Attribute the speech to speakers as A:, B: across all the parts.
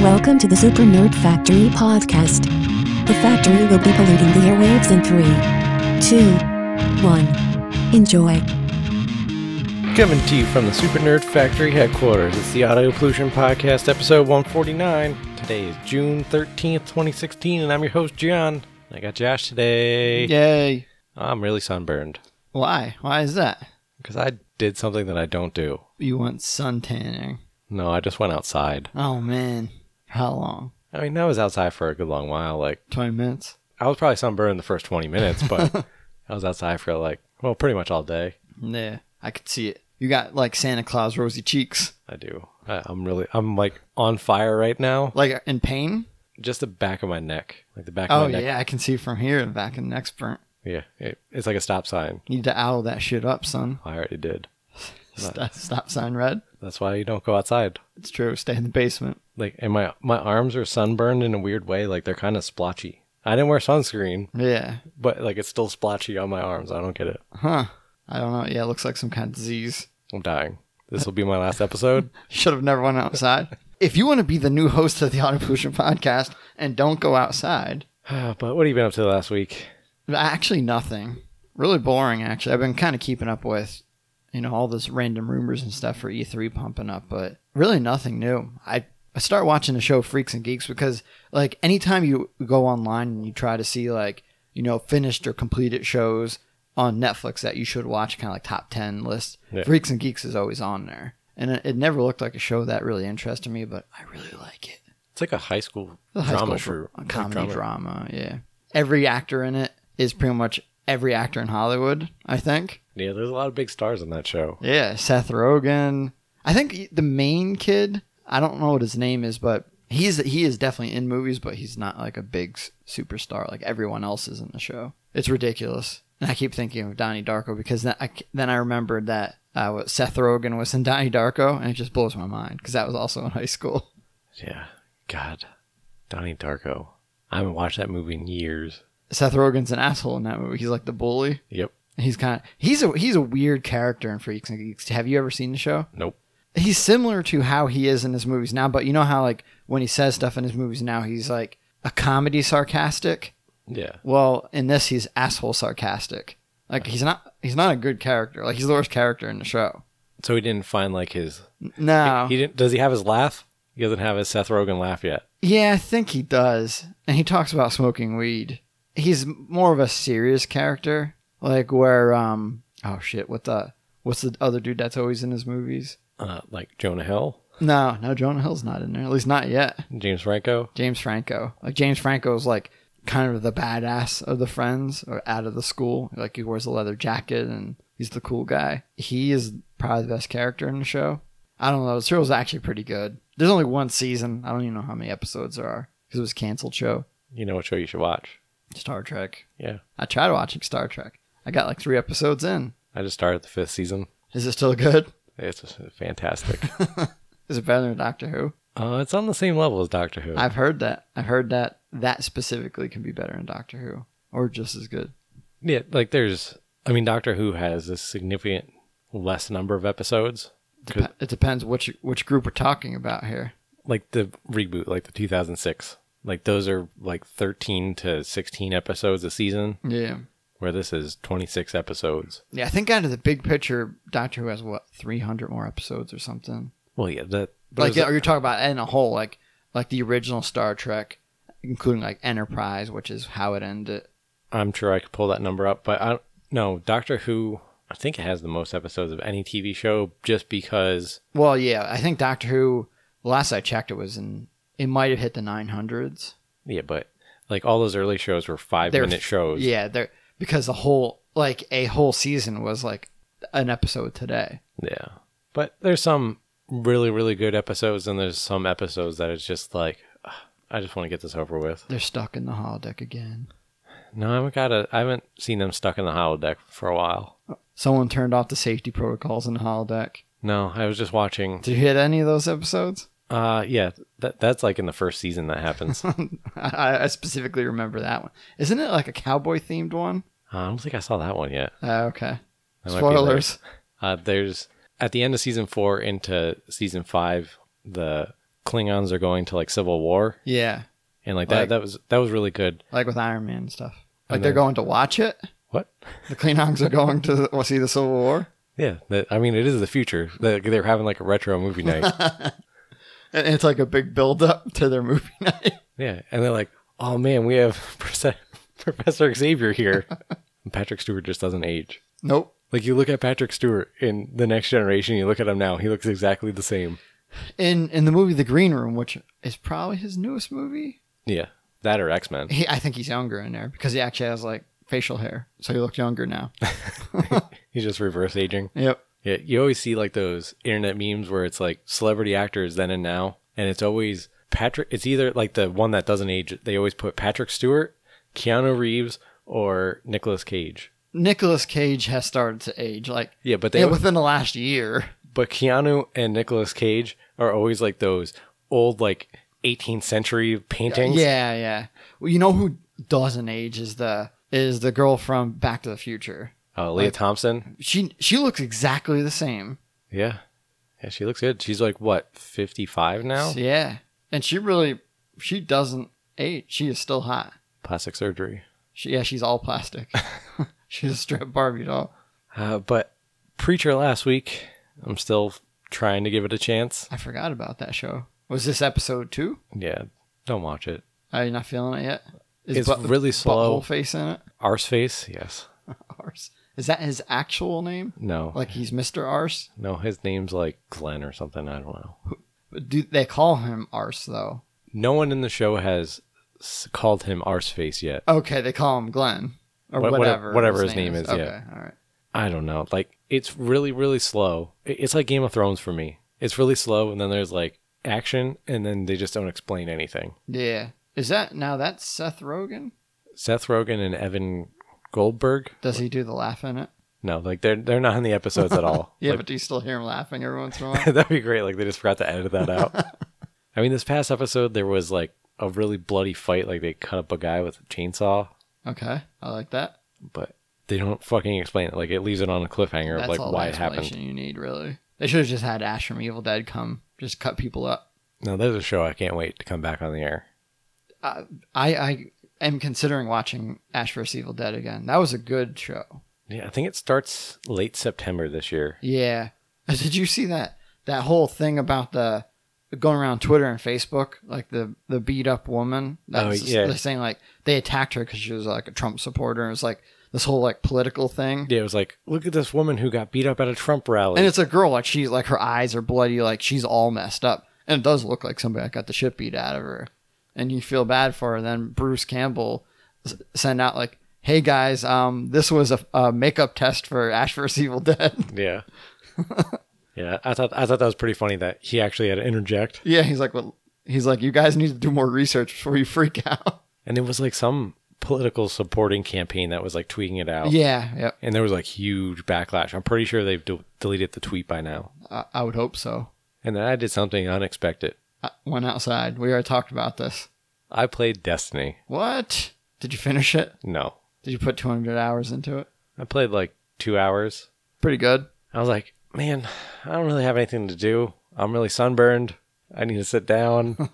A: Welcome to the Super Nerd Factory podcast. The factory will be polluting the airwaves in three, two, one. Enjoy.
B: Coming to you from the Super Nerd Factory headquarters, it's the Audio Pollution Podcast, episode 149. Today is June 13th, 2016, and I'm your host, John. I got Josh today.
C: Yay.
B: I'm really sunburned
C: Why? Why is that?
B: because I did something that I don't do.
C: You want suntanning.
B: No, I just went outside.
C: Oh, man. How long?
B: I mean, I was outside for a good long while. Like,
C: 20 minutes?
B: I was probably sunburned the first 20 minutes, but I was outside for like, well, pretty much all day.
C: Yeah, I could see it. You got like Santa Claus rosy cheeks.
B: I do. I, I'm really, I'm like on fire right now.
C: Like in pain?
B: Just the back of my neck, like the back
C: Oh,
B: of my neck.
C: yeah, I can see from here the back of the neck's burnt.
B: Yeah, it, it's like a stop sign.
C: Need to owl that shit up, son.
B: I already did.
C: Stop, stop sign red.
B: That's why you don't go outside.
C: It's true. Stay in the basement.
B: Like, and my my arms are sunburned in a weird way. Like they're kind of splotchy. I didn't wear sunscreen,
C: Yeah.
B: but like it's still splotchy on my arms. I don't get it.
C: Huh. I don't know. Yeah, it looks like some kind of disease.
B: I'm dying. This will be my last episode.
C: Should have never went outside. if you want to be the new host of the Auto Pollution Podcast and don't go outside,
B: but what have you been up to last week?
C: Actually, nothing. Really boring. Actually, I've been kind of keeping up with, you know, all this random rumors and stuff for E3 pumping up, but really nothing new. I I start watching the show Freaks and Geeks because like anytime you go online and you try to see like you know finished or completed shows on Netflix that you should watch, kind of like top ten list,
B: Yeah.
C: Freaks and Geeks is always on there, and it, it never looked like a show that really interested me, but I really like it.
B: It's like a high school
C: The high
B: drama
C: school
B: show.
C: dra- comedy drama. Yeah, every actor in it is pretty much every actor in Hollywood. I think.
B: Yeah, there's a lot of big stars on that show.
C: Yeah, Seth Rogen. I think the main kid. I don't know what his name is, but he's he is definitely in movies, but he's not like a big s- superstar like everyone else is in the show. It's ridiculous, and I keep thinking of Donnie Darko because then I c- then I remembered that uh, what Seth Rogen was in Donnie Darko, and it just blows my mind because that was also in high school.
B: Yeah, God, Donnie Darko. I haven't watched that movie in years.
C: Seth Rogen's an asshole in that movie. He's like the bully.
B: Yep.
C: He's kind of he's a he's a weird character in Freaks and Geeks. Have you ever seen the show?
B: Nope.
C: He's similar to how he is in his movies now, but you know how like when he says stuff in his movies now, he's like a comedy sarcastic.
B: Yeah.
C: Well, in this, he's asshole sarcastic. Like he's not he's not a good character. Like he's the worst character in the show.
B: So he didn't find like his.
C: No,
B: He didn't. Does he have his laugh? He doesn't have his Seth Rogen laugh yet.
C: yeah, I think he does, and he talks about smoking weed. He's more of a serious character, like where um oh shit, what the what's the other dude that's always in his movies?
B: Uh, like Jonah Hill,
C: No, no, Jonah Hill's not in there. At least not yet.
B: James Franco.
C: James Franco. Like James Franco is like kind of the badass of the friends or out of the school. Like he wears a leather jacket and he's the cool guy. He is probably the best character in the show. I don't know. The show's actually pretty good. There's only one season. I don't even know how many episodes there are because it was a canceled show.
B: You know what show you should watch?
C: Star Trek.
B: Yeah,
C: I tried watching Star Trek. I got like three episodes in.
B: I just started the fifth season.
C: Is it still good?
B: It's just fantastic.
C: Is it better than Doctor Who?
B: uh, it's on the same level as Doctor Who.
C: I've heard that. I've heard that that specifically can be better in Doctor Who or just as good.
B: yeah, like there's. I mean, Doctor Who has a significant less number of episodes. 'Cause-
C: Dep- it depends which which group we're talking about here.
B: like the reboot, like the 2006. Like those are like 13 to 16 episodes a season,
C: Yeah.
B: where this is 26 episodes.
C: Yeah, I think out of the big picture, Doctor Who has what three hundred more episodes or something.
B: Well, yeah, that. but
C: Like,
B: it was-
C: yeah, or you're talking about in a whole, like like the original Star Trek, including like Enterprise, which is how it ended.
B: I'm sure I could pull that number up, but I don't no Doctor Who. I think it has the most episodes of any TV show, just because.
C: Well, yeah, I think Doctor Who. Last I checked, it was in. It might have hit the nine hundreds.
B: Yeah, but like all those early shows were five minute shows.
C: Yeah, they're because the whole like a whole season was like an episode today.
B: yeah. But there's some really really good episodes, and there's some episodes that it's just like, "Ugh, I just want to get this over with.
C: They're stuck in the holodeck again.
B: No, I haven't got a. I haven't seen them stuck in the holodeck for a while.
C: Someone turned off the safety protocols in the holodeck.
B: No, I was just watching.
C: Did you hit any of those episodes?
B: Uh, yeah, that that's like in the first season that happens. uh,
C: I, I specifically remember that one. Isn't it like a cowboy themed one?
B: I don't think I saw that one yet.
C: Uh, okay.
B: That might be
C: Spoilers.
B: Uh, there's at the end of season four into season five, the Klingons are going to like civil war
C: Yeah,
B: and like that.
C: Like-
B: that was that was really good.
C: like with Iron Man and stuff. Like
B: And
C: they're
B: then-
C: going to watch it.
B: What?
C: The Klingons are going to well, see the Civil War.
B: Yeah, that, I mean it is the future. They- They're having like a retro movie night.
C: And it's like a big build up to their movie night.
B: Yeah, and they're like, "Oh man, we have Profe- Professor Xavier here." and Patrick Stewart just doesn't age.
C: Nope.
B: Like you look at Patrick Stewart in The Next Generation, you look at him now, he looks exactly the same.
C: In in the movie The Green Room, which is probably his newest movie.
B: Yeah, that or X Men.
C: He, I think he's younger in there because he actually has like facial hair, so he looks younger now.
B: He's just reverse aging.
C: yep.
B: Yeah, you always see like those internet memes where it's like celebrity actors then and now, and it's always Patrick. It's either like the one that doesn't age. They always put Patrick Stewart, Keanu Reeves, or Nicolas Cage.
C: Nicolas Cage has started to age, like
B: Yeah, but they
C: yeah, within the last year.
B: but Keanu and Nicolas Cage are always like those old like 18th century paintings.
C: Yeah, yeah. Well, you know who doesn't age is the is the girl from Back to the Future.
B: Uh, Leah Thompson.
C: She she looks exactly the same.
B: Yeah. Yeah, she looks good. She's like what, 55 now?
C: Yeah, and she really she doesn't age. She is still hot.
B: Plastic surgery.
C: She, yeah, she's all plastic. she's a strip Barbie doll.
B: Uh, but Preacher last week, I'm still trying to give it a chance.
C: I forgot about that show. Was this episode two?
B: Yeah. Don't watch it.
C: Are you not feeling it yet?
B: It's
C: butt-
B: really slow.
C: Butthole face in it.
B: Arseface? Yes.
C: Arse. Is that his actual name?
B: No.
C: Like he's Mister Arse.
B: no, his name's like Glenn or something. I don't know.
C: But Do they call him Arse though?
B: No one in the show has s- called him Arseface yet.
C: Okay, they call him Glenn or
B: Wha- wha-
C: whatever.
B: whatever his name is, yeah.
C: Okay, all right.
B: I don't know. Like it's really, really slow. I- It's like Game of Thrones for me. It's really slow, and then there's like action, and then they just don't explain anything.
C: Yeah. Is that now that's Seth Rogen?
B: Seth Rogen and Evan Goldberg.
C: Does he do the laugh in it?
B: No, like they're they're not in the episodes at all.
C: Yeah,
B: Like,
C: but do you still hear him laughing every once in a while?
B: that'd be great. Like they just forgot to edit that out. I mean, this past episode there was like a really bloody fight. Like they cut up a guy with a chainsaw,
C: okay, I like that.
B: but they don't fucking explain it. Like it leaves it on a cliffhanger
C: That's
B: of like
C: all
B: why
C: the
B: it happened.
C: explanation you need, really. They should have just had Ash from Evil Dead come, just cut people up.
B: No, there's a show I can't wait to come back on the air.
C: I I am considering watching Ash vs Evil Dead again. That was a good show.
B: Yeah, I think it starts late September this year.
C: Yeah. Did you see that that whole thing about the going around Twitter and Facebook, like the the beat up woman? That
B: Oh,
C: was-
B: yeah.
C: They're saying like they attacked her because she was like a Trump supporter. And it was like this whole like political thing.
B: Yeah, it was like, look at this woman who got beat up at a Trump rally.
C: And it's a girl, like she's like her eyes are bloody, like she's all messed up. And it does look like somebody got the shit beat out of her. And you feel bad for her. Then Bruce Campbell s- sent out like, "Hey guys, um, this was a, a makeup test for Ash vs Evil Dead."
B: yeah, yeah. I thought I thought that was pretty funny that he actually had to interject.
C: yeah, he's like, well, he's like, you guys need to do more research before you freak out.
B: And it was like some political supporting campaign that was like tweeting it out.
C: yeah, yep.
B: And there was like huge backlash. I'm pretty sure they've del- deleted the tweet by now.
C: I, I would hope so.
B: And then I did something unexpected.
C: I went outside. We already talked about this.
B: I played Destiny.
C: What? Did you finish it?
B: No,
C: Did you put 200 hours into it?
B: I played like two hours.
C: Pretty good.
B: I was like, man, I don't really have anything to do. I'm really sunburned. I need to sit down.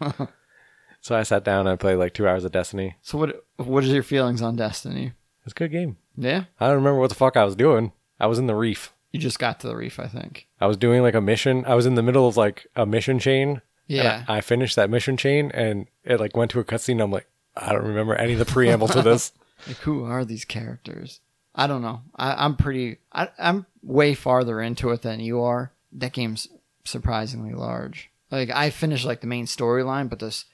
B: so I sat down and I played like two hours of Destiny.
C: So what? What is your feelings on Destiny?
B: It's a good game.
C: Yeah,
B: I don't remember what the fuck I was doing. I was in the reef.
C: you just got to the reef, I think.
B: I was doing like a mission. I was in the middle of like a mission chain. and
C: Yeah.
B: I, I finished that mission chain and it like went to a cutscene. I'm like, I don't remember any of the preamble to this.
C: Like, who are these characters? I don't know. I, I'm pretty. I, I'm way farther into it than you are. That game's surprisingly large. Like I finished like the main storyline, but this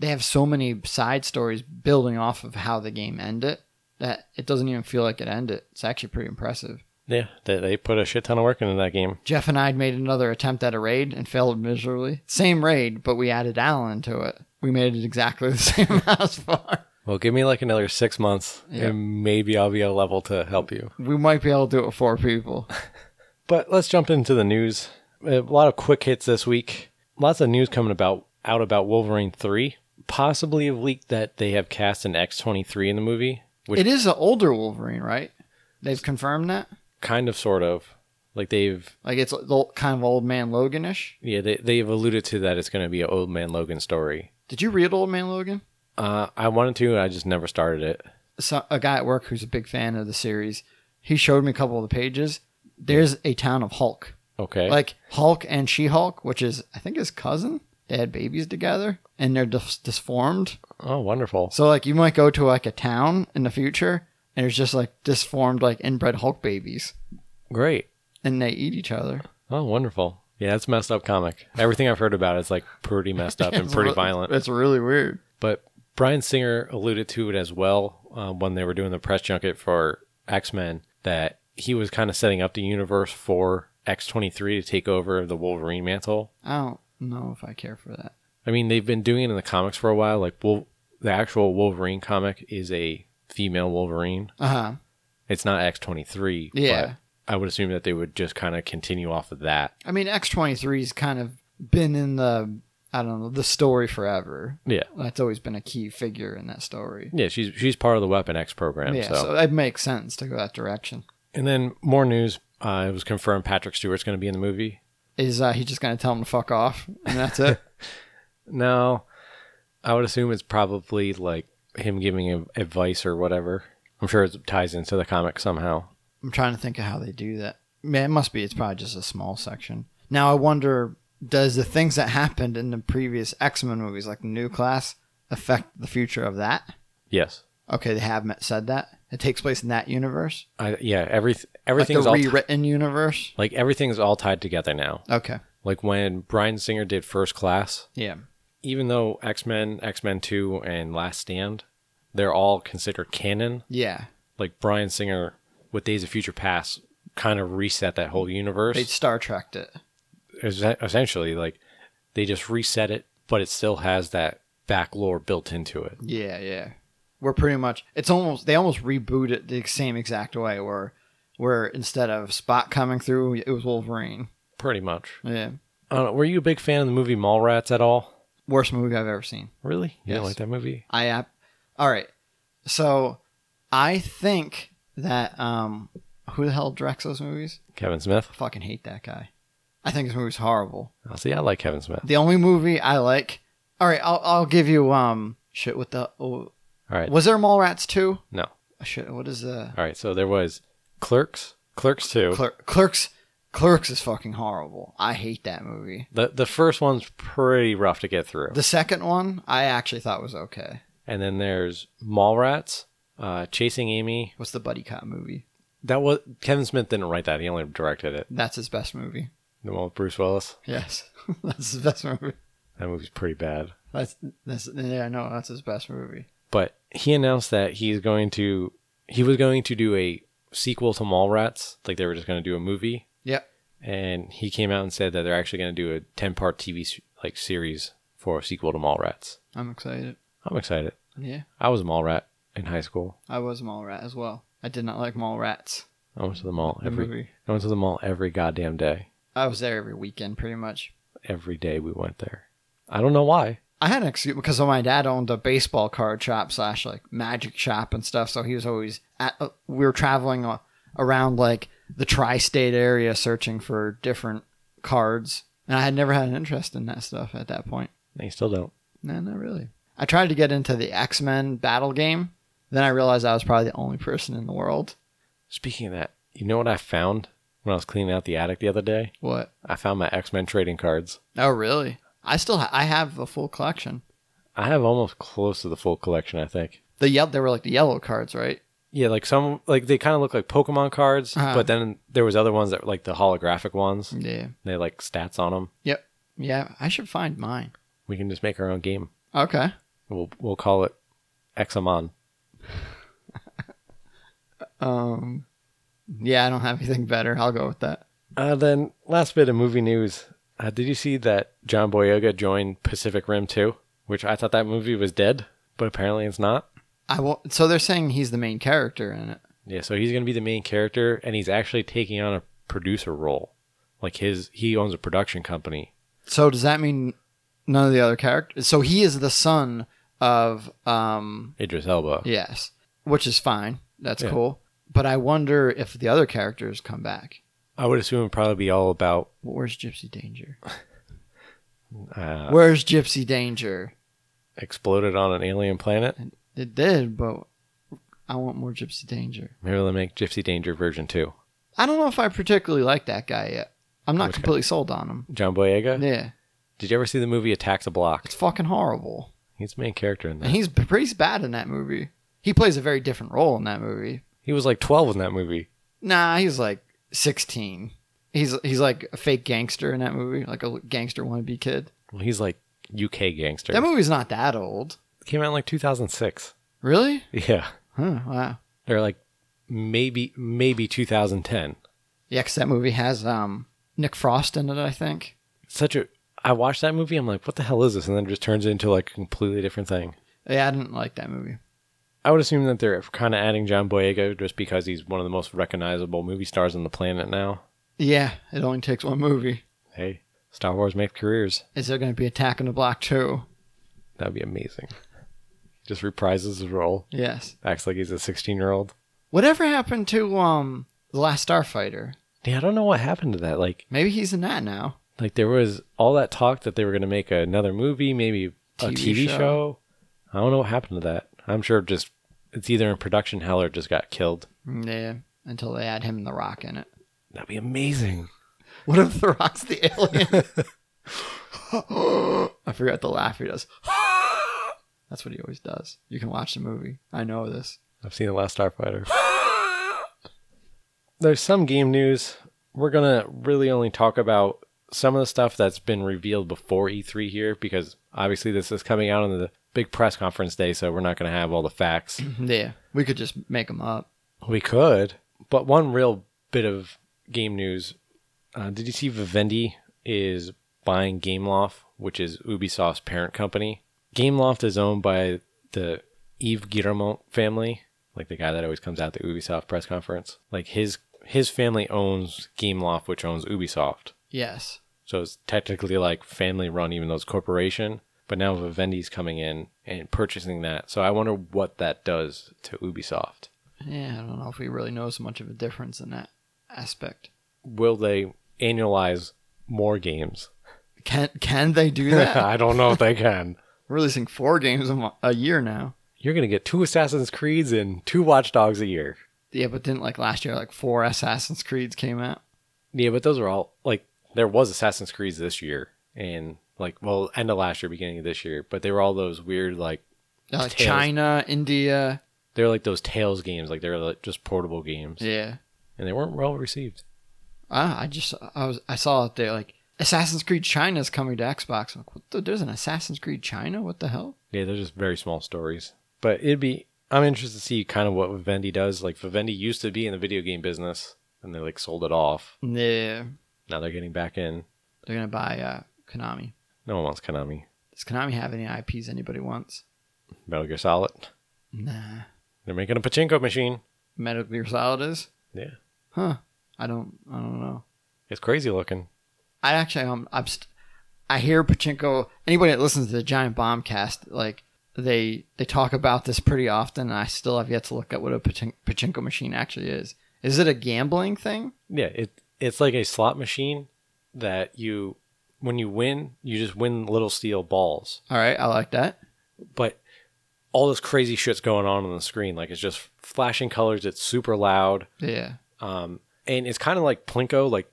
C: they have so many side stories building off of how the game ended that it doesn't even feel like it ended. It's actually pretty impressive.
B: Yeah. They, they put a shit ton of work into that game.
C: Jeff and I had made another attempt at a raid and failed miserably. Same raid, but we added Alan to it. We made it exactly the same as far.
B: Well, give me like another six months and maybe I'll be a level to help you.
C: We might be able to do it with four people.
B: But let's jump into the news. A lot of quick hits this week. Lots of news coming about out about Wolverine 3. Possibly have leaked that they have cast an X23 in the movie, which
C: It is an older Wolverine, right? They've confirmed that.
B: kind of sort of. Like they've
C: Like it's the kind of old man Loganish.
B: yeah they they've alluded to that it's going to be an old man Logan story.
C: Did you read Old Man Logan?
B: Uh, I wanted to, and I just never started it.
C: So, a guy at work who's a big fan of the series. He showed me a couple of the pages. There's a town of Hulk,
B: Okay,
C: like Hulk and She Hulk, which is I think his cousin. They had babies together, and they're dis- disformed.
B: oh wonderful.
C: So like you might go to like a town in the future and there's just like disformed like inbred Hulk babies
B: Great.
C: and they eat each other.
B: Oh, wonderful. Yeah, it's a messed up comic. Everything I've heard about is like pretty messed up and
C: It's
B: pretty
C: re-
B: violent.
C: It's really weird.
B: But Brian Singer alluded to it as well uh, when they were doing the press junket for X Men that he was kind of setting up the universe for X23 to take over the Wolverine mantle.
C: I don't know if I care for that.
B: I mean, they've been doing it in the comics for a while. Like, Wol- the actual Wolverine comic is a female Wolverine.
C: Uh huh.
B: It's not X23.
C: Yeah.
B: But I would assume that they would just kind of continue off of that.
C: I mean X 23s kind of been in the I don't know, the story forever.
B: Yeah.
C: That's always been a key figure in that story.
B: Yeah, she's she's part of the Weapon X program.
C: yeah, so. it makes sense to go that direction.
B: And then more news. Uh, it was confirmed Patrick Stewart's going to be in the movie.
C: Is uh, he just gonna tell him to fuck off and that's it?
B: No, I would assume it's probably like him giving him advice or whatever. I'm sure it ties into the comic somehow.
C: I'm trying to think of how they do that. Man, it must be. It's probably just a small section. Now I wonder, does the things that happened in the previous X Men movies, like New Class, affect the future of that?
B: Yes.
C: Okay, they have met- said that it takes place in that universe,
B: I, yeah. Every
C: like
B: everything's
C: the
B: all
C: rewritten universe.
B: like everything's all tied together now.
C: Okay,
B: Like when Brian Singer did First Class,
C: yeah,
B: even though X Men, X Men Two, and Last Stand, they're all considered canon.
C: yeah.
B: Like Brian Singer with Days of Future Past kind of reset that whole universe.
C: They Star Trek'd it.
B: es- essentially like they just reset it, but it still has that back lore built into it.
C: Yeah, yeah. We're pretty much. It's almost they almost reboot it the same exact way, where where instead of Spot coming through, it was Wolverine.
B: Pretty much.
C: Yeah,
B: I don't know, were you a big fan of the movie Mallrats at all?
C: worst movie I've ever seen.
B: Really? You didn't
C: Yes.
B: like that movie?
C: I app. All right. So I think that um, who the hell directs those movies?
B: Kevin Smith.
C: I fucking hate that guy. I think his movie's horrible.
B: Oh, see, I like Kevin Smith.
C: The only movie I like. All right, I'll I'll give you um shit. What the oh,
B: All right.
C: was there Mallrats two?
B: No.
C: Shit. What is uh, the
B: All right. So there was Clerks, Clerks Two.
C: Cler- Clerks? Clerks is fucking horrible. I hate that movie.
B: the the first one's pretty rough to get through,
C: The second one I actually thought was okay.
B: and then there's Mallrats, uh, Chasing Amy.
C: What's the buddy cop movie?
B: That was Kevin Smith didn't write that; he only directed it.
C: That's his best movie.
B: The one with Bruce Willis.
C: Yes, that's his best movie.
B: That movie's pretty bad.
C: That's that's yeah, I know that's his best movie.
B: but he announced that he's going to he was going to do a sequel to Mallrats, like they were just going to do a movie,
C: Yep.
B: and he came out and said that they're actually going to do a ten part TV s- like series for a sequel to Mallrats.
C: I'm excited.
B: I'm excited.
C: Yeah.
B: I was a Mallrat in high school.
C: I was a mall rat as well. I did not like mall rats.
B: I went to the mall
C: The
B: every
C: movie.
B: I went to the mall every goddamn day.
C: I was there every weekend pretty much.
B: Every day we went there. I don't know why.
C: I had an excuse because my dad owned a baseball card shop slash like magic shop and stuff. So he was always at, uh, we were traveling uh, around like the tri state area searching for different cards. And I had never had an interest in that stuff at that point.
B: They still don't.
C: No, not really. I tried to get into the X Men battle game. Then I realized I was probably the only person in the world.
B: Speaking of that, you know what I found when I was cleaning out the attic the other day?
C: What?
B: I found my X Men trading cards.
C: Oh, really? I still ha- I have the full collection.
B: I have almost close to the full collection, I think.
C: The yellow they were like the yellow cards, right?
B: Yeah, like some like they kind of look like Pokemon cards,
C: Uh-huh. Mm.
B: but then there was other ones that were like the holographic ones.
C: Yeah.
B: They had, like stats on them.
C: Yep. Yeah, I should find mine.
B: We can just make our own game.
C: Okay.
B: We'll we'll call it Examon.
C: Um yeah, I don't have anything better. I'll go with that.
B: Uh, then last bit of movie news. Uh, did you see that John Boyega joined Pacific Rim 2, which I thought that movie was dead, but apparently it's not.
C: I won't, so they're saying he's the main character in it.
B: Yeah, so he's going to be the main character and he's actually taking on a producer role. Like his he owns a production company.
C: So does that mean none of the other characters? So he is the son of um
B: Idris Elba.
C: yes, which is fine. That's
B: Yeah.
C: cool. But I wonder if the other characters come back.
B: I would assume it'd probably be all about
C: Well, where's Gypsy Danger?
B: uh,
C: Where's Gypsy Danger?
B: exploded on an alien planet.
C: It did, but I want more Gypsy Danger.
B: Maybe they'll make Gypsy Danger version two.
C: I don't know if I particularly like that guy yet. I'm not
B: Which guy?
C: completely sold on him.
B: John Boyega.
C: Yeah,
B: Did you ever see the movie Attack the Block?
C: it's fucking horrible,
B: He's the main character in
C: and
B: that.
C: he's b- pretty bad in that movie. He plays a very different role in that movie.
B: He was like 12 in that movie.
C: Nah, he's like 16. He's he's like a fake gangster in that movie, like a gangster wannabe kid.
B: Well, he's like UK gangster.
C: That movie's not that old,
B: Came out in like 2006.
C: really.
B: Yeah.
C: Huh, wow.
B: Or like maybe maybe 2010.
C: Yeah, 'cause that movie has um Nick Frost in it, I think.
B: Such a I watched that movie. I'm like, what the hell is this? And then it just turns into like a completely different thing.
C: Yeah, I didn't like that movie.
B: I would assume that they're kind of adding John Boyega just because he's one of the most recognizable movie stars on the planet now.
C: Yeah, it only takes one movie.
B: Hey, Star Wars make careers.
C: Is there going to be Attack on the Block 2?
B: That'd be amazing. Just reprises his role,
C: Yes.
B: acts like he's a 16 year old.
C: Whatever happened to um The Last Starfighter?
B: Yeah, I don't know what happened to that. Like,
C: Maybe he's in that now.
B: like there was all that talk that they were going to make another movie, maybe a
C: TV
B: TV show.
C: show.
B: I don't know what happened to that. I'm sure just it's either in production hell or just got killed.
C: Mm, Yeah, until they add him and The Rock in it.
B: That'd be amazing.
C: What if The Rock's the alien? I forgot the laugh he does. That's what he always does. You can watch the movie. I know this.
B: I've seen the last Starfighter. There's some game news. We're gonna really only talk about some of the stuff that's been revealed before E3 here, because obviously this is coming out on the big press conference day, so we're not gonna have all the facts.
C: Yeah, we could just make him up.
B: we could, but one real bit of game news. Uh, did you see Vivendi is buying Gameloft, which is Ubisoft's parent company? Gameloft is owned by the Yves Guillemot family, like the guy that always comes out at the Ubisoft press conference. Like his his family owns Gameloft, which owns Ubisoft.
C: Yes.
B: So it's technically like family run, even though it's corporation. But now Vivendi's coming in and purchasing that. So I wonder what that does to Ubisoft.
C: Yeah, I don't know if we really notice much of a difference in that aspect.
B: Will they annualize more games?
C: Can can they do that?
B: I don't know if they can.
C: Releasing four games a, mo- a year now.
B: You're gonna get two Assassin's Creeds and two Watch Dogs a year.
C: Yeah, but didn't like last year like four Assassin's Creeds came out.
B: Yeah, but those are all like there was Assassin's Creeds this year and like well end of last year, beginning of this year, but they were all those weird like
C: Yeah, like
B: Tales.
C: China, India.
B: they were like those Tales games, like they were like just portable games,
C: Yeah.
B: and they weren't well received.
C: I, I just I was I saw it there like Assassin's Creed China is coming to Xbox. I'm like, what the, there's an Assassin's Creed China? What the hell?
B: Yeah, they're just very small stories. But it'd be I'm interested to see kind of what Vivendi does. Like Vivendi used to be in the video game business and they like sold it off.
C: Yeah.
B: Now they're getting back in.
C: They're gonna buy uh, Konami.
B: No one wants Konami.
C: Does Konami have any IPs anybody wants?
B: Metal Gear Solid.
C: Nah.
B: They're making a pachinko machine.
C: Metal Gear Solid is?
B: Yeah.
C: Huh. I don't I don't know.
B: It's crazy looking.
C: I actually um I'm st- I hear Pachinko. Anybody that listens to the Giant Bomb cast, like they they talk about this pretty often. And I still have yet to look at what a pachin- pachinko machine actually is. Is it a gambling thing?
B: Yeah, it it's like a slot machine that you when you win, you just win little steel balls.
C: All right, I like that.
B: But all this crazy shit's going on on the screen. Like it's just flashing colors, it's super loud.
C: Yeah.
B: Um and it's kind of like Plinko like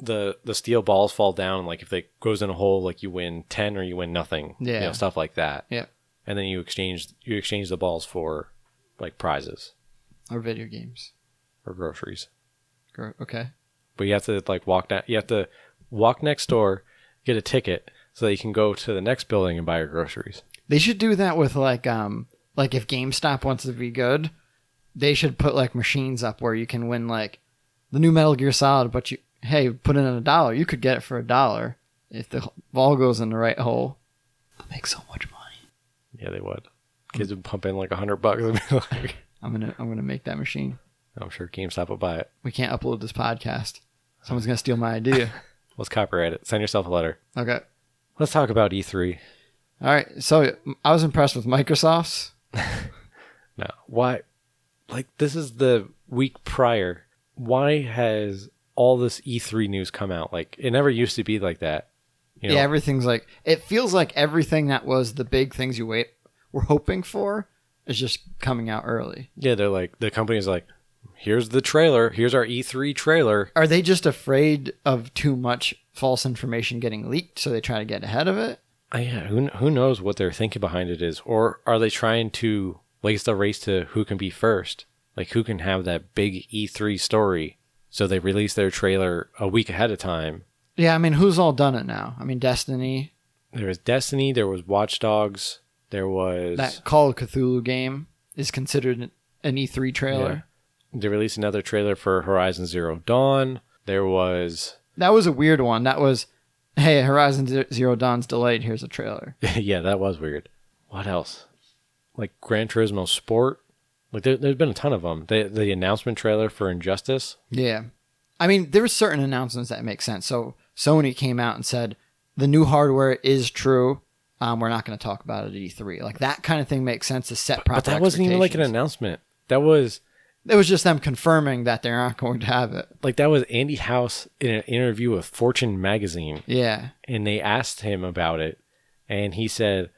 B: the the steel balls fall down like if they goes in a hole like you win 10 or you win nothing. You
C: Yeah.
B: know, stuff like that.
C: Yeah.
B: And then you exchange you exchange the balls for like prizes
C: Or video games.
B: or groceries.
C: Gro- Okay.
B: but you have to like walk down you have to walk next door get a ticket so that you can go to the next building and buy your groceries
C: They should do that with like um like if GameStop wants to be good, they should put like machines up where you can win like the new Metal Gear Solid, but you hey put in a dollar, you could get it for a dollar if the h- ball goes in the right hole. I make so much money.
B: yeah they would kids would pump in like a hundred bucks and be like
C: I'm gonna I'm gonna make that machine.
B: i'm sure gamestop will buy it
C: We can't upload this podcast. Someone's gonna steal my idea.
B: let's copyright it send yourself a letter
C: okay.
B: let's talk about E e3
C: All right. So I was impressed with Microsoft's.
B: now why like this is the week prior why has all this E3 news come out. Like it never used to be like that. You know,
C: Yeah, everything's like it feels like everything that was the big things you wait were hoping for is just coming out early.
B: yeah, they're like the company's like, here's the trailer, here's our E3 trailer.
C: Are they just afraid of too much false information getting leaked, so they try to get ahead of it?
B: I, Uh, yeah, who kn- who knows what their thinking behind it is, or are they trying to like it's the race to who can be first, like who can have that big E3 story? So they release their trailer a week ahead of time.
C: Yeah, I mean, who's all done it now? I mean, Destiny,
B: There was Destiny, there was Watch Dogs, there was
C: that Call of Cthulhu game is considered an E3 trailer.
B: they released another trailer for Horizon Zero Dawn. There was
C: That was a weird one. That was, hey, Horizon Ze- Zero Dawn's delayed. Here's a trailer.
B: yeah, that was weird. What else? Like Gran Turismo Sport. Like there, there's been a ton of them. The the announcement trailer for Injustice.
C: Yeah. I mean, there were certain announcements that make sense. So Sony came out and said the new hardware is true. Um, we're not going to talk about it at E3. Like that kind of thing makes sense to set proper.
B: But that wasn't even like an
C: expectations.
B: announcement. That was
C: It was just them confirming that they're not going to have it.
B: like that was Andy House in an interview with Fortune magazine
C: Yeah.
B: and they asked him about it and he said,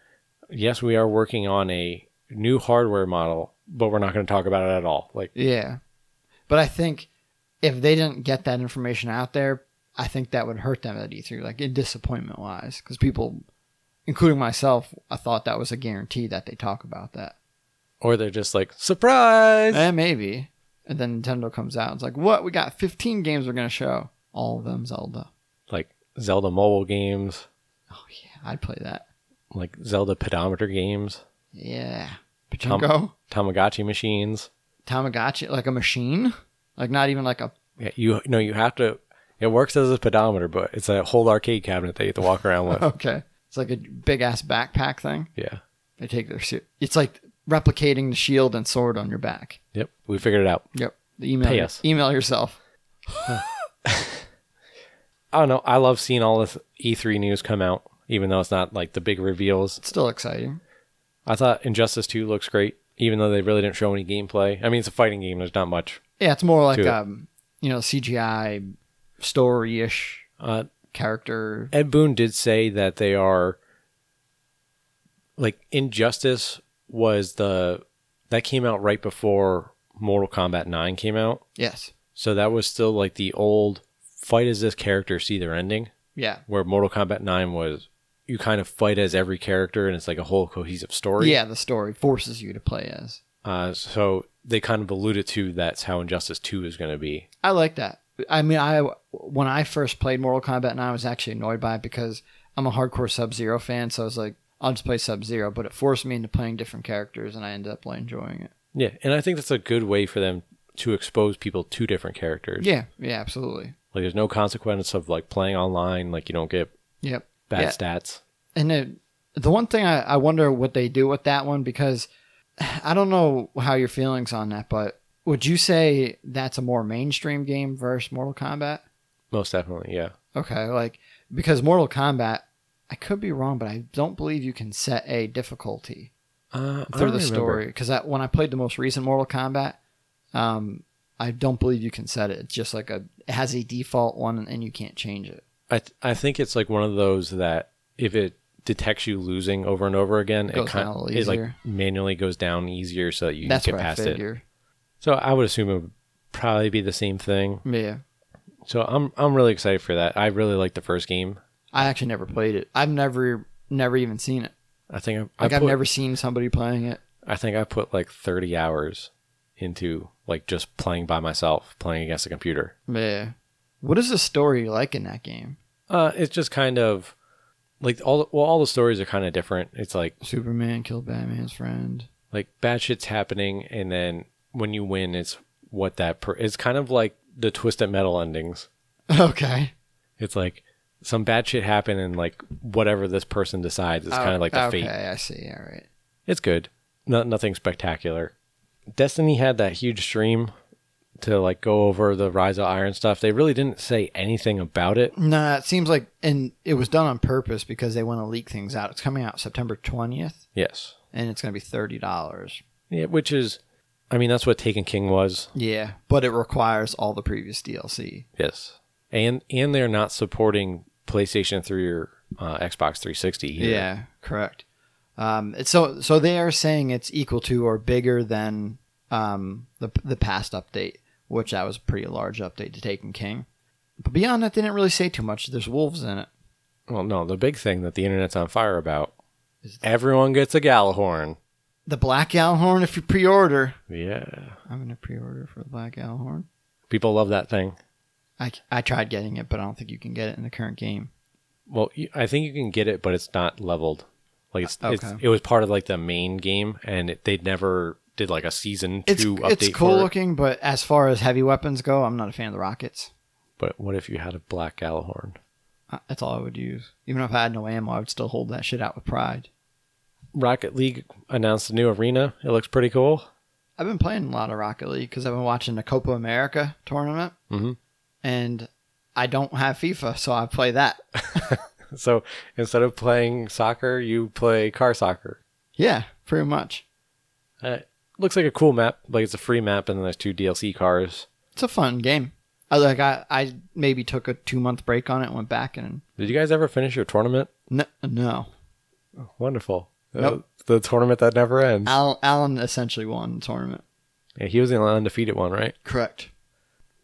B: "Yes, we are working on a new hardware model, but we're not going to talk about it at all." Like
C: Yeah. But I think if they didn't get that information out there, I think that would hurt them at E3, like in disappointment wise, because people, including myself, I thought that was a guarantee that they talk about that.
B: or they're just like, "Surprise!"
C: Eh, maybe. And then Nintendo comes out. It's like, what? We got 15 games we're going to show. All of them Zelda.
B: like Zelda mobile games,
C: Oh, yeah. I'd play that.
B: like Zelda pedometer games,
C: Yeah. Pachinko?
B: Tamagotchi machines.
C: Tamagotchi? Like a machine? Like not even like a.
B: Yeah, you no, you have to. It works as a pedometer, but it's a whole arcade cabinet that you have to walk around with.
C: Okay. It's like a big ass backpack thing.
B: Yeah.
C: They take their suit. It's like replicating the shield and sword on your back.
B: Yep. We figured it out.
C: Yep. The email.
B: Pay us.
C: Email yourself.
B: I don't know. I love seeing all this E3 news come out, even though it's not like the big reveals.
C: It's still exciting.
B: I thought Injustice 2 looks great, even though they really didn't show any gameplay. I mean, it's a fighting game. There's not much.
C: Yeah. It's more like,
B: Dude.
C: um, you know, CGI story ish
B: Uh,
C: character.
B: Ed Boon did say that they are like Injustice was the that came out right before Mortal Kombat 9 came out.
C: Yes.
B: So that was still like the old fight as this character, see their ending,
C: Yeah.
B: where Mortal Kombat 9 was you kind of fight as every character and it's like a whole cohesive story.
C: Yeah. The story forces you to play as.
B: Uh, so they kind of alluded to that's how Injustice 2 is going to be.
C: I like that. I mean, I when I first played Mortal Kombat, and I was actually annoyed by it because I'm a hardcore Sub Zero fan, so I was like, I'll just play Sub Zero. But it forced me into playing different characters, and I ended up like, enjoying it.
B: Yeah, and I think that's a good way for them to expose people to different characters.
C: Yeah, yeah, absolutely.
B: Like there's no consequence of like playing online, like you don't get
C: Yep.
B: bad
C: Yeah.
B: stats.
C: And it, the one thing I, I wonder what they do with that one because I don't know how your feelings on that, but would you say that's a more mainstream game versus Mortal Kombat?
B: Most definitely, yeah.
C: Okay, like because Mortal Kombat, I could be wrong, but I don't believe you can set a difficulty.
B: Uh, I
C: through
B: don't
C: the story because when I played the most recent Mortal Kombat, um, I don't believe you can set it. It's just like a it has a default one and, and you can't change it.
B: I th- I think it's like one of those that if it detects you losing over and over again, it
C: Goes
B: kind
C: down a
B: of
C: little
B: it like
C: easier.
B: manually goes down easier so that you
C: That's
B: can
C: what
B: get
C: I
B: past it.
C: figure.
B: So I would assume it would probably be the same thing.
C: Yeah,
B: So I'm I'm really excited for that. I really like the first game.
C: I actually never played it. I've never never even seen it.
B: I think I, I
C: Like I've
B: put-
C: never seen somebody playing it.
B: I think I put like 30 hours into like just playing by myself, playing against a computer.
C: Yeah, what is the story like in that game?
B: Uh, it's just kind of like all well, all the stories are kind of different. It's like
C: Superman killed Batman's friend.
B: like bad shit's happening, and then when you win, it's what that per- it's kind of like the twisted metal endings.
C: Okay,
B: It's like some bad shit happened, and like whatever this person decides
C: Oh,
B: is kind of like the
C: Uh, okay,
B: fate.
C: I see. All right.
B: It's good, not nothing spectacular. Destiny had that huge stream to like go over the Rise of Iron stuff. They really didn't say anything about it.
C: Nah, it seems like, and it was done on purpose because they want to leak things out. It's coming out September twentieth.
B: Yes,
C: and it's going to be thirty dollars.
B: yeah, which is I mean, that's what Taken King was.
C: Yeah, but it requires all the previous DLC.
B: Yes, and and they're not supporting PlayStation 3 or uh, Xbox 360.
C: Yeah,
B: Here.
C: correct. Um, it's so so they are saying it's equal to or bigger than um, the the past update, which that was a pretty large update to Taken King. But beyond that, they didn't really say too much. There's wolves in it.
B: Well, no, the big thing that the internet's on fire about
C: Is-
B: everyone gets a Galahorn.
C: The Black Owl Horn, if you pre-order,
B: Yeah,
C: I'm gonna pre-order for the Black Owl Horn.
B: people love that thing.
C: I, I tried getting it, but I don't think you can get it in the current game.
B: Well, you- I think you can get it, but it's not leveled. Like it's, it's
C: Okay.
B: it was part of like the main game, and it, they never did like a season
C: It's
B: two update.
C: it's cool
B: for it.
C: looking, but as far as heavy weapons go, I'm not a fan of the rockets.
B: But what if you had a black Galahorn?
C: Uh, That's all I would use. Even if I had no ammo, I would still hold that shit out with pride.
B: Rocket League announced a new arena. It looks pretty cool.
C: I've been playing a lot of Rocket League because I've been watching the Copa America tournament,
B: Mhm.
C: and I don't have FIFA, so I play that.
B: So instead of playing soccer, you play car soccer.
C: yeah, pretty much.
B: Uh, looks like a cool map. Like it's a free map, and then there's two DLC cars.
C: It's a fun game. I like. I, I maybe took a two month break on it, went back, and
B: Did you guys ever finish your tournament? Oh,
C: no, no.
B: Wonderful.
C: Nope.
B: Uh, the tournament that never ends.
C: Al, Alan essentially won the tournament.
B: Yeah, he was the only undefeated one, right?
C: Correct.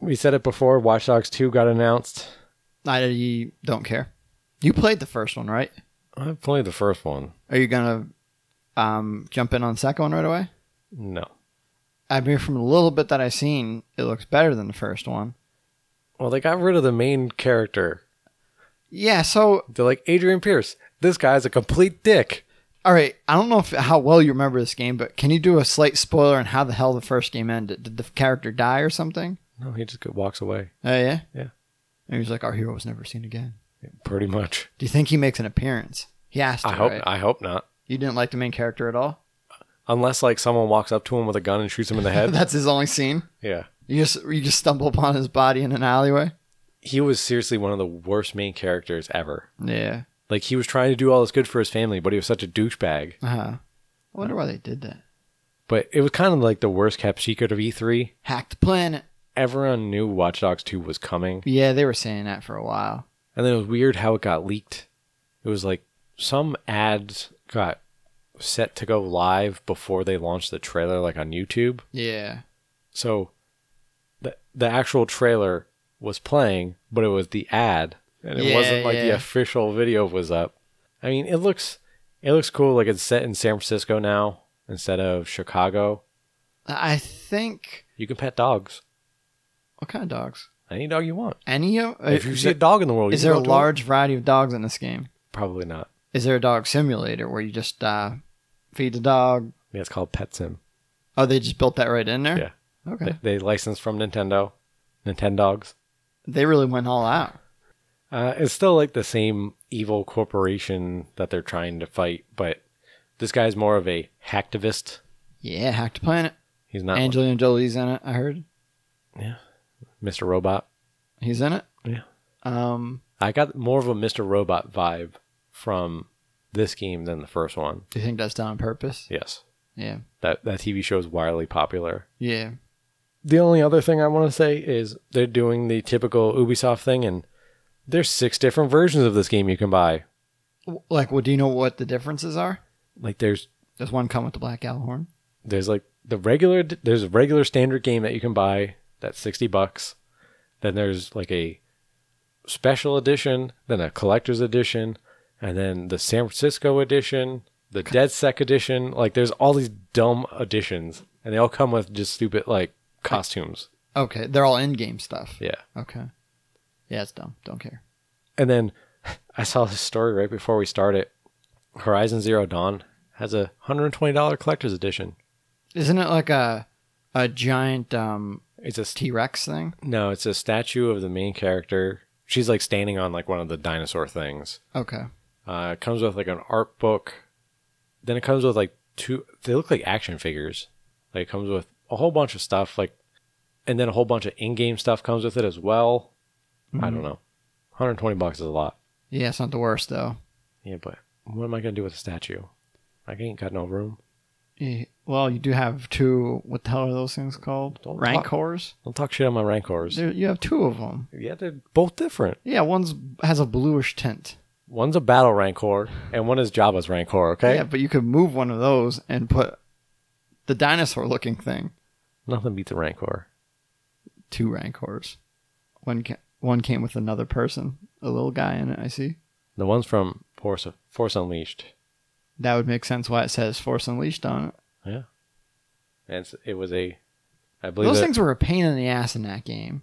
B: We said it before. Watch Dogs 2 got announced.
C: I don't care. You played the first one, right?
B: I played the first one.
C: Are you gonna um, jump in on the second one right away?
B: No.
C: I mean, from a little bit that I've seen, it looks better than the first one.
B: Well, they got rid of the main character.
C: Yeah. So,
B: They're like Adrian Pierce. This guy's a complete dick.
C: all right. I don't know if, how well you remember this game, but can you do a slight spoiler on how the hell the first game ended? Did the character die or something?
B: No, he just go- walks away.
C: Oh yeah.
B: Yeah.
C: And he's like, our hero was never seen again.
B: Pretty much.
C: Do you think he makes an appearance? He asked.
B: I
C: her,
B: hope.
C: right?
B: I hope not.
C: You didn't like the main character at all.
B: Unless like someone walks up to him with a gun and shoots him in the head.
C: That's his only scene.
B: yeah.
C: You just you just stumble upon his body in an alleyway.
B: He was seriously one of the worst main characters ever.
C: Yeah.
B: Like he was trying to do all this good for his family, but he was such a douchebag.
C: Uh huh. I wonder why they did that.
B: But it was kind of like the worst kept secret of E3.
C: Hack the planet.
B: Everyone knew Watch Dogs 2 was coming.
C: Yeah, they were saying that for a while.
B: And then it was weird how it got leaked. It was like some ads got set to go live before they launched the trailer, like on YouTube.
C: Yeah.
B: So the the actual trailer was playing, but it was the ad, and it
C: Yeah,
B: wasn't like the
C: yeah.
B: official video was up. I mean, it looks it looks cool. Like it's set in San Francisco now instead of Chicago.
C: I think.
B: You can pet dogs,
C: What kind of dogs?
B: any dog you want.
C: Any of?
B: If you
C: Uh, is
B: see a
C: there-
B: dog in the world, you
C: is
B: can
C: there a
B: go to it.
C: large variety of dogs in this game?
B: Probably not.
C: Is there a dog simulator where you just uh, feed the dog?
B: Yeah, it's called Pet Sim.
C: Oh, they just built that right in there.
B: Yeah.
C: Okay.
B: They, they licensed from Nintendo, Nintendogs.
C: They really went all out.
B: Uh, it's still like the same evil corporation that they're trying to fight, but this guy's more of a hacktivist.
C: Yeah, Hack the planet.
B: He's not
C: Angelina Jolie's in it. I heard
B: Mr. Robot.
C: he's in it.
B: Yeah.
C: Um.
B: I got more of a Mr. Robot vibe from this game than the first one.
C: Do you think that's done on purpose?
B: Yes.
C: Yeah.
B: That that TV show is wildly popular.
C: Yeah.
B: The only other thing I want to say is they're doing the typical Ubisoft thing and there's six different versions of this game you can buy.
C: W- Like, well, do you know what the differences are?
B: Like there's
C: Does one come with the black owl horn?
B: there's like the regular there's a regular standard game that you can buy that's 60 bucks then there's like a special edition then a collector's edition and then the san francisco edition the deadsec edition like there's all these dumb editions and they all come with just stupid like costumes
C: Okay, they're all in-game stuff.
B: yeah
C: Okay. Yeah, it's dumb. Don't care.
B: and then i saw this story right before we started horizon zero dawn has a $120 collector's edition
C: Isn't it like a a giant um,
B: it's a st-
C: T Rex thing?
B: No, it's a statue of the main character. She's like standing on like one of the dinosaur things.
C: Okay.
B: Uh, it comes with like an art book. Then it comes with like two. They look like action figures. Like it comes with a whole bunch of stuff. Like, and then a whole bunch of in-game stuff comes with it as well. I
C: Mm-hmm.
B: don't know. 120 bucks is a lot.
C: Yeah, it's not the worst though.
B: Yeah, but what am I gonna do with a statue? I ain't got no room.
C: eh, well, you do have two. What the hell are those things called?
B: Don't talk-
C: Rancors.
B: Don't talk shit on my Rancors.
C: There, you have two of them.
B: Yeah, they're both different.
C: Yeah, one's has a bluish tint.
B: One's a battle Rancor, and one is Jabba's Rancor, okay?
C: Yeah, but you could move one of those and put the dinosaur-looking thing.
B: Nothing beats a Rancor.
C: Two Rancors. One ca- one came with another person, a little guy in it. I see.
B: The one's from Force, Force Unleashed.
C: That would make sense why it says Force Unleashed on it.
B: And it's- it was a, I believe
C: those
B: that-
C: things were a pain in the ass in that game.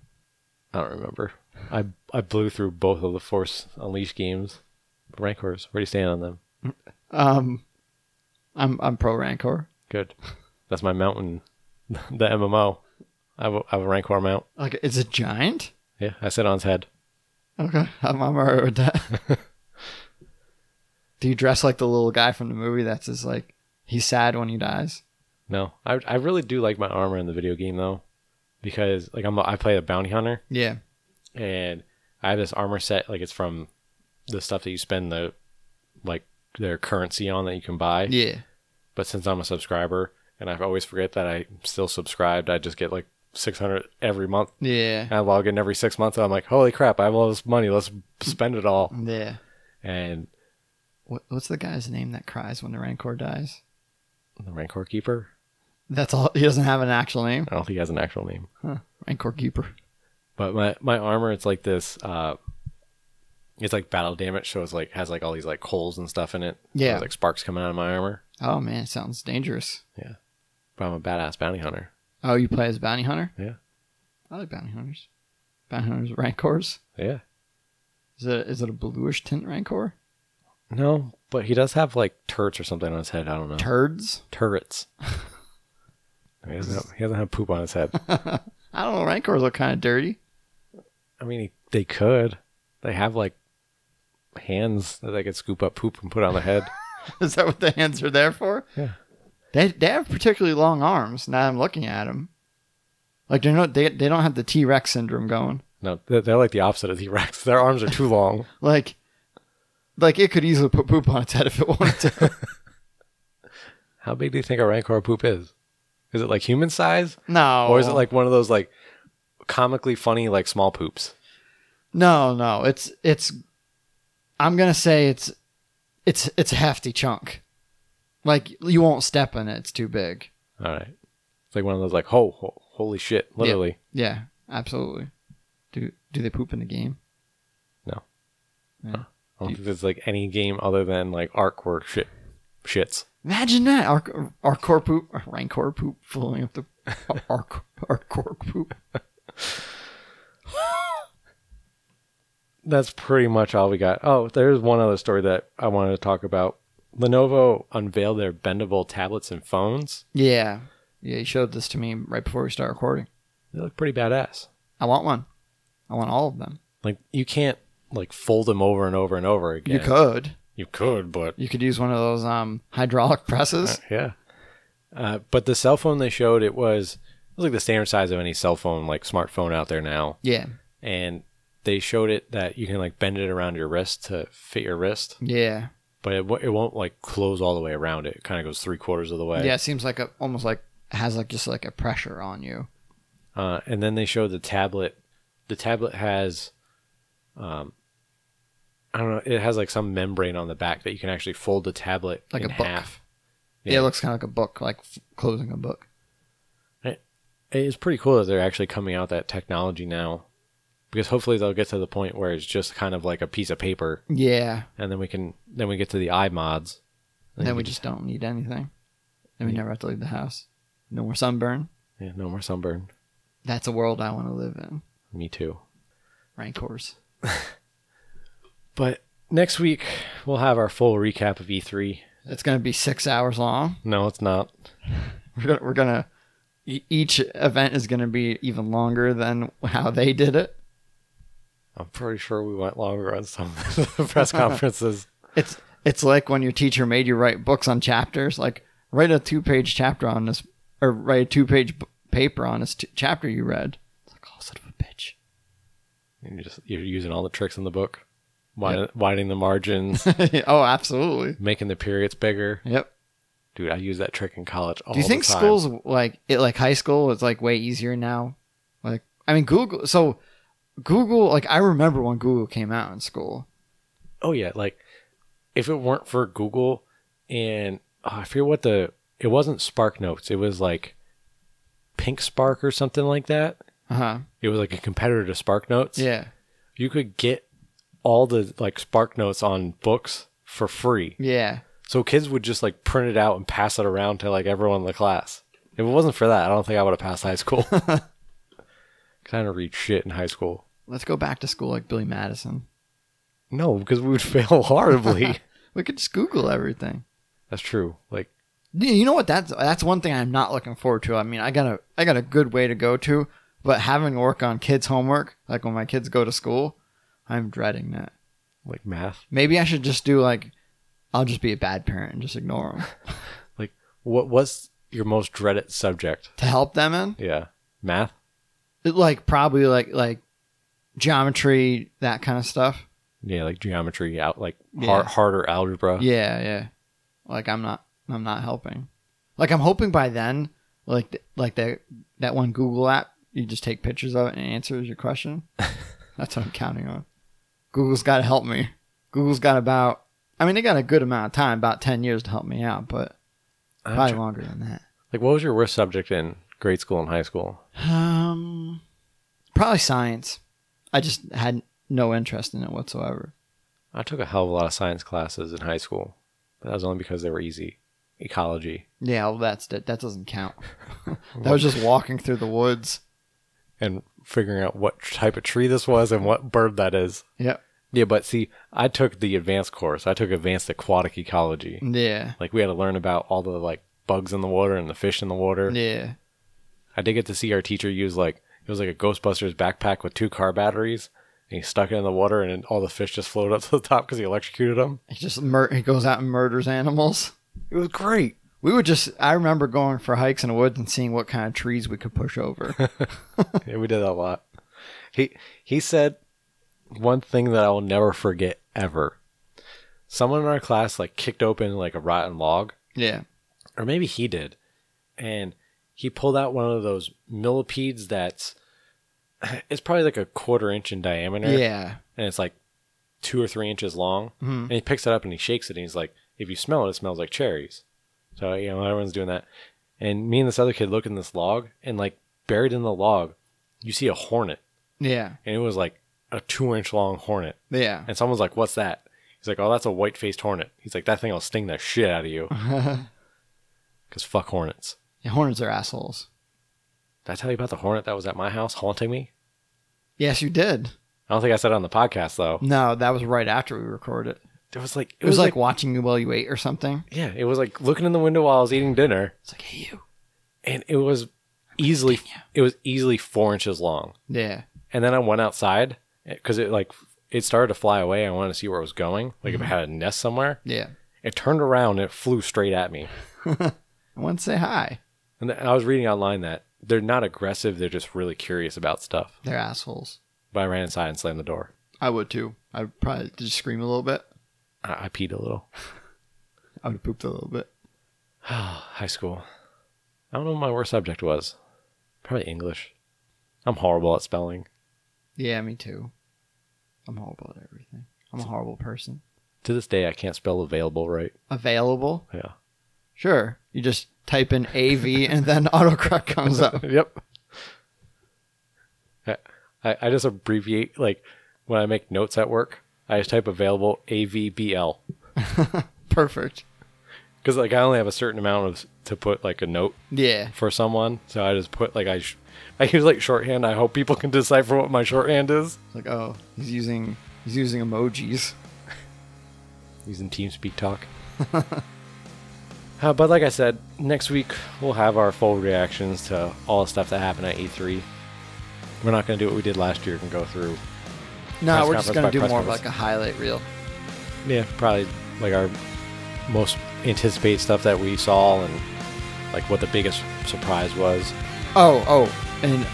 B: I don't remember. I I blew through both of the Force Unleashed games. Rancors, where do you stand on them?
C: Um, I'm I'm pro Rancor.
B: Good. That's my mountain, the MMO. I have a, I have a Rancor mount.
C: Like it's a giant.
B: Yeah, I sit on his head.
C: Okay, I'm, I'm alright with that. Do you dress like the little guy from the movie? That's just like he's sad when he dies.
B: No, I I really do like my armor in the video game though, because like I'm a, I play a bounty hunter
C: Yeah,
B: and I have this armor set like it's from the stuff that you spend the like their currency on that you can buy.
C: yeah.
B: But since I'm a subscriber and I always forget that I'm still subscribed, I just get like 600 every month.
C: Yeah.
B: And I log in every six months and I'm like, holy crap, I have all this money. Let's spend it all.
C: Yeah.
B: And
C: What, what's the guy's name that cries when the Rancor dies?
B: the Rancor Keeper,
C: That's all. He doesn't have an actual name.
B: I don't think he has an actual name.
C: Rancor Keeper.
B: But my, my armor, it's like this. Uh, it's like battle damage, so it's like has like all these like holes and stuff in it. So
C: Yeah.
B: it's like sparks coming out of my armor.
C: Oh man, sounds dangerous.
B: But I'm a badass bounty hunter.
C: Oh, you play as bounty hunter?
B: Yeah.
C: I like bounty hunters. Bounty hunters, Rancors.
B: Yeah.
C: Is it is it a bluish tint Rancor?
B: No, but he does have like turrets or something on his head. I don't know.
C: Turds.
B: turrets. he, doesn't have, he doesn't have poop on his head.
C: I don't know. Rancors look kind of dirty.
B: I mean, he, they could. They have like hands that they could scoop up poop and put on their head.
C: Is that what the hands are there for?
B: Yeah.
C: They they have particularly long arms. Now that I'm looking at them. Like they're not they they don't have the T Rex syndrome going.
B: No, they're, they're like the opposite of T Rex. Their arms are too long.
C: Like, like it could easily put poop on its head if it wanted to.
B: How big do you think a Rancor poop is? Is it like human size?
C: no.
B: Or is it like one of those like comically funny like small poops?
C: No, no. It's it's. I'm gonna say it's, it's it's a hefty chunk. Like you won't step in it. It's too big.
B: All right. It's like one of those like, ho, ho holy shit, literally.
C: Yeah, absolutely. Do do they poop in the game?
B: No.
C: Yeah.
B: I don't think there's like any game other than like Ark where shit shits.
C: Imagine that. Our, our core poop, our rancor poop, filling up the our, our core poop.
B: that's pretty much all we got. Oh, there's one other story that I wanted to talk about. Lenovo unveiled their bendable tablets and phones.
C: Yeah. Yeah, you showed this to me right before we started recording.
B: They look pretty badass.
C: I want one. I want all of them.
B: Like you can't like fold them over and over and over again.
C: You could.
B: You could, but
C: You could use one of those um hydraulic presses.
B: yeah. Uh, but the cell phone they showed it was it was like the standard size of any cell phone, like smartphone out there now.
C: Yeah.
B: And they showed it that you can like bend it around your wrist to fit your wrist,
C: Yeah.
B: but it, wo- it won't like close all the way around it. It kind of goes three quarters of the way.
C: Yeah, it seems like a almost like has like just like a pressure on you.
B: Uh, and then they show the tablet. The tablet has, um, I don't know, it has like some membrane on the back that you can actually fold the tablet
C: Like a
B: in
C: book.
B: half.
C: Yeah.
B: Yeah.
C: It looks kind of like a book, like f- closing a book.
B: It's pretty cool that they're actually coming out that technology now, because hopefully they'll get to the point where it's just kind of like a piece of paper,
C: Yeah.
B: and then we can then we get to the iMods.
C: And then we just don't need anything. And we never have to leave the house. No more sunburn.
B: yeah, no more sunburn.
C: That's a world I want to live in.
B: Me too.
C: Rancors.
B: But next week we'll have our full recap of E3.
C: It's going to be six hours long.
B: No, it's not.
C: We're gonna, we're gonna e- each event is gonna be even longer than how they did it.
B: I'm pretty sure we went longer on some of the press conferences.
C: It's it's like when your teacher made you write books on chapters. Like write a two page chapter on this, or write a two page b- paper on this t- chapter you read. It's like oh son of a bitch.
B: You're just you're using all the tricks in the book, widen, widening the margins,
C: oh, absolutely.
B: making the periods bigger.
C: Yep.
B: Dude, I use that trick in college all
C: Do you
B: the
C: think
B: time.
C: schools like it like high school is like way easier now? Like I mean Google so Google like I remember when Google came out in school.
B: Oh yeah, like if it weren't for Google and oh, I forget what the it wasn't Spark Notes. It was like Pink Spark or something like that.
C: Uh-huh.
B: It was like a competitor to Spark Notes.
C: Yeah.
B: You could get all the like Spark Notes on books for free.
C: Yeah.
B: So kids would just like print it out and pass it around to like everyone in the class. If it wasn't for that, I don't think I would have passed high school. Kind of read shit in high school.
C: Let's go back to school like Billy Madison.
B: No, because we would fail horribly.
C: We could just Google everything.
B: That's true. Like
C: Y- You know what? That's that's one thing I'm not looking forward to. I mean, I got a I got a good way to go to, but having to work on kids' homework, like when my kids go to school, I'm dreading that.
B: like math.
C: Maybe I should just do like, I'll just be a bad parent and just ignore them
B: What was your most dreaded subject?
C: to help them in.
B: Yeah. Math?
C: It, like probably like like geometry that kind of stuff.
B: Yeah, like geometry out like
C: Yeah.
B: har harder algebra.
C: Yeah, yeah. Like I'm not I'm not helping. Like I'm hoping by then, like th- like that that one Google app, you just take pictures of it and it answers your question. That's what I'm counting on. Google's got to help me. Google's got about I mean they got a good amount of time, about ten years to help me out, but
B: I'm
C: probably
B: tr-
C: longer than that.
B: like what was your worst subject in grade school and high school?
C: Um, probably science. I just had no interest in it whatsoever.
B: I took a hell of a lot of science classes in high school, but that was only because they were easy. Ecology
C: Yeah, well, that's that. That doesn't count. that was just walking through the woods.
B: and figuring out what type of tree this was and what bird that is.
C: Yep.
B: Yeah, but see, I took the advanced course. I took advanced aquatic ecology.
C: Yeah.
B: Like we had to learn about all the like bugs in the water and the fish in the water.
C: Yeah.
B: I did get to see our teacher use like it was like a Ghostbusters backpack with two car batteries, and he stuck it in the water, and then all the fish just floated up to the top because he electrocuted them.
C: He just mur- he goes out and murders animals.
B: It was great.
C: We would just. I remember going for hikes in the woods and seeing what kind of trees we could push over.
B: yeah, we did that a lot. He he said one thing that I will never forget ever. Someone in our class like kicked open like a rotten log,
C: yeah.
B: or maybe he did, and he pulled out one of those millipedes that's it's probably like a quarter inch in diameter.
C: Yeah.
B: and it's like two or three inches long.
C: Mhm.
B: And he picks it up and he shakes it and he's like, if you smell it, it smells like cherries. So, you know, everyone's doing that. And me and this other kid look in this log and like buried in the log, you see a hornet.
C: Yeah.
B: And it was like a two inch long hornet.
C: Yeah.
B: And someone's like, what's that? He's like, oh, that's a white faced hornet. He's like, that thing will sting the shit out of you. Because fuck hornets.
C: Yeah, Hornets are assholes.
B: Did I tell you about the hornet that was at my house haunting me?
C: Yes, you did.
B: I don't think I said it on the podcast though.
C: No, that was right after we recorded. It,
B: It was like,
C: it was, like, watching you while you ate or something.
B: yeah, it was like looking in the window while I was eating dinner.
C: It's like, hey, you.
B: and it was easily
C: Damn
B: it was easily four inches long.
C: Yeah.
B: And then I went outside because it like it started to fly away. I wanted to see where it was going, like if
C: Mm-hmm.
B: it had a nest somewhere.
C: Yeah.
B: It turned around and it flew straight at me.
C: I want to say hi.
B: And th- I was reading online that they're not aggressive; they're just really curious about stuff.
C: They're assholes.
B: But I ran inside and slammed the door.
C: I would too. I'd probably just scream a little bit.
B: I, I peed a little.
C: I would have pooped a little bit.
B: High school. I don't know what my worst subject was. Probably English. I'm horrible at spelling.
C: Yeah, me too. I'm horrible at everything. I'm a horrible person.
B: To this day, I can't spell available right.
C: Available?
B: Yeah.
C: Sure. You just type in AV and then autocorrect comes up.
B: yep. I, I I just abbreviate like when I make notes at work. I just type available AVBL
C: Perfect.
B: because like I only have a certain amount of to put like a note
C: Yeah.
B: for someone, so I just put like I sh- I use like shorthand. I hope people can decipher what my shorthand is.
C: It's like, oh, he's using he's using emojis.
B: Using TeamSpeak talk. Uh, but like I said, next week we'll have our full reactions to all the stuff that happened at E3. We're not going to do what we did last year and go through
C: No,
B: Press
C: we're
B: conference
C: just gonna
B: by
C: do
B: press
C: more of
B: conference.
C: like a highlight reel.
B: Yeah, probably like our most anticipated stuff that we saw and like what the biggest surprise was.
C: Oh, oh, and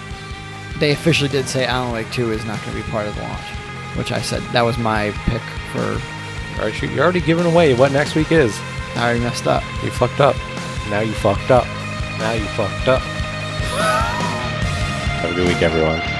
C: they officially did say Alan Wake 2 is not gonna be part of the launch. Which I said that was my pick for
B: All right, shoot, you're already giving away what next week is.
C: I already messed up.
B: You fucked up. Now you fucked up. Now you fucked up. Have a good week, everyone.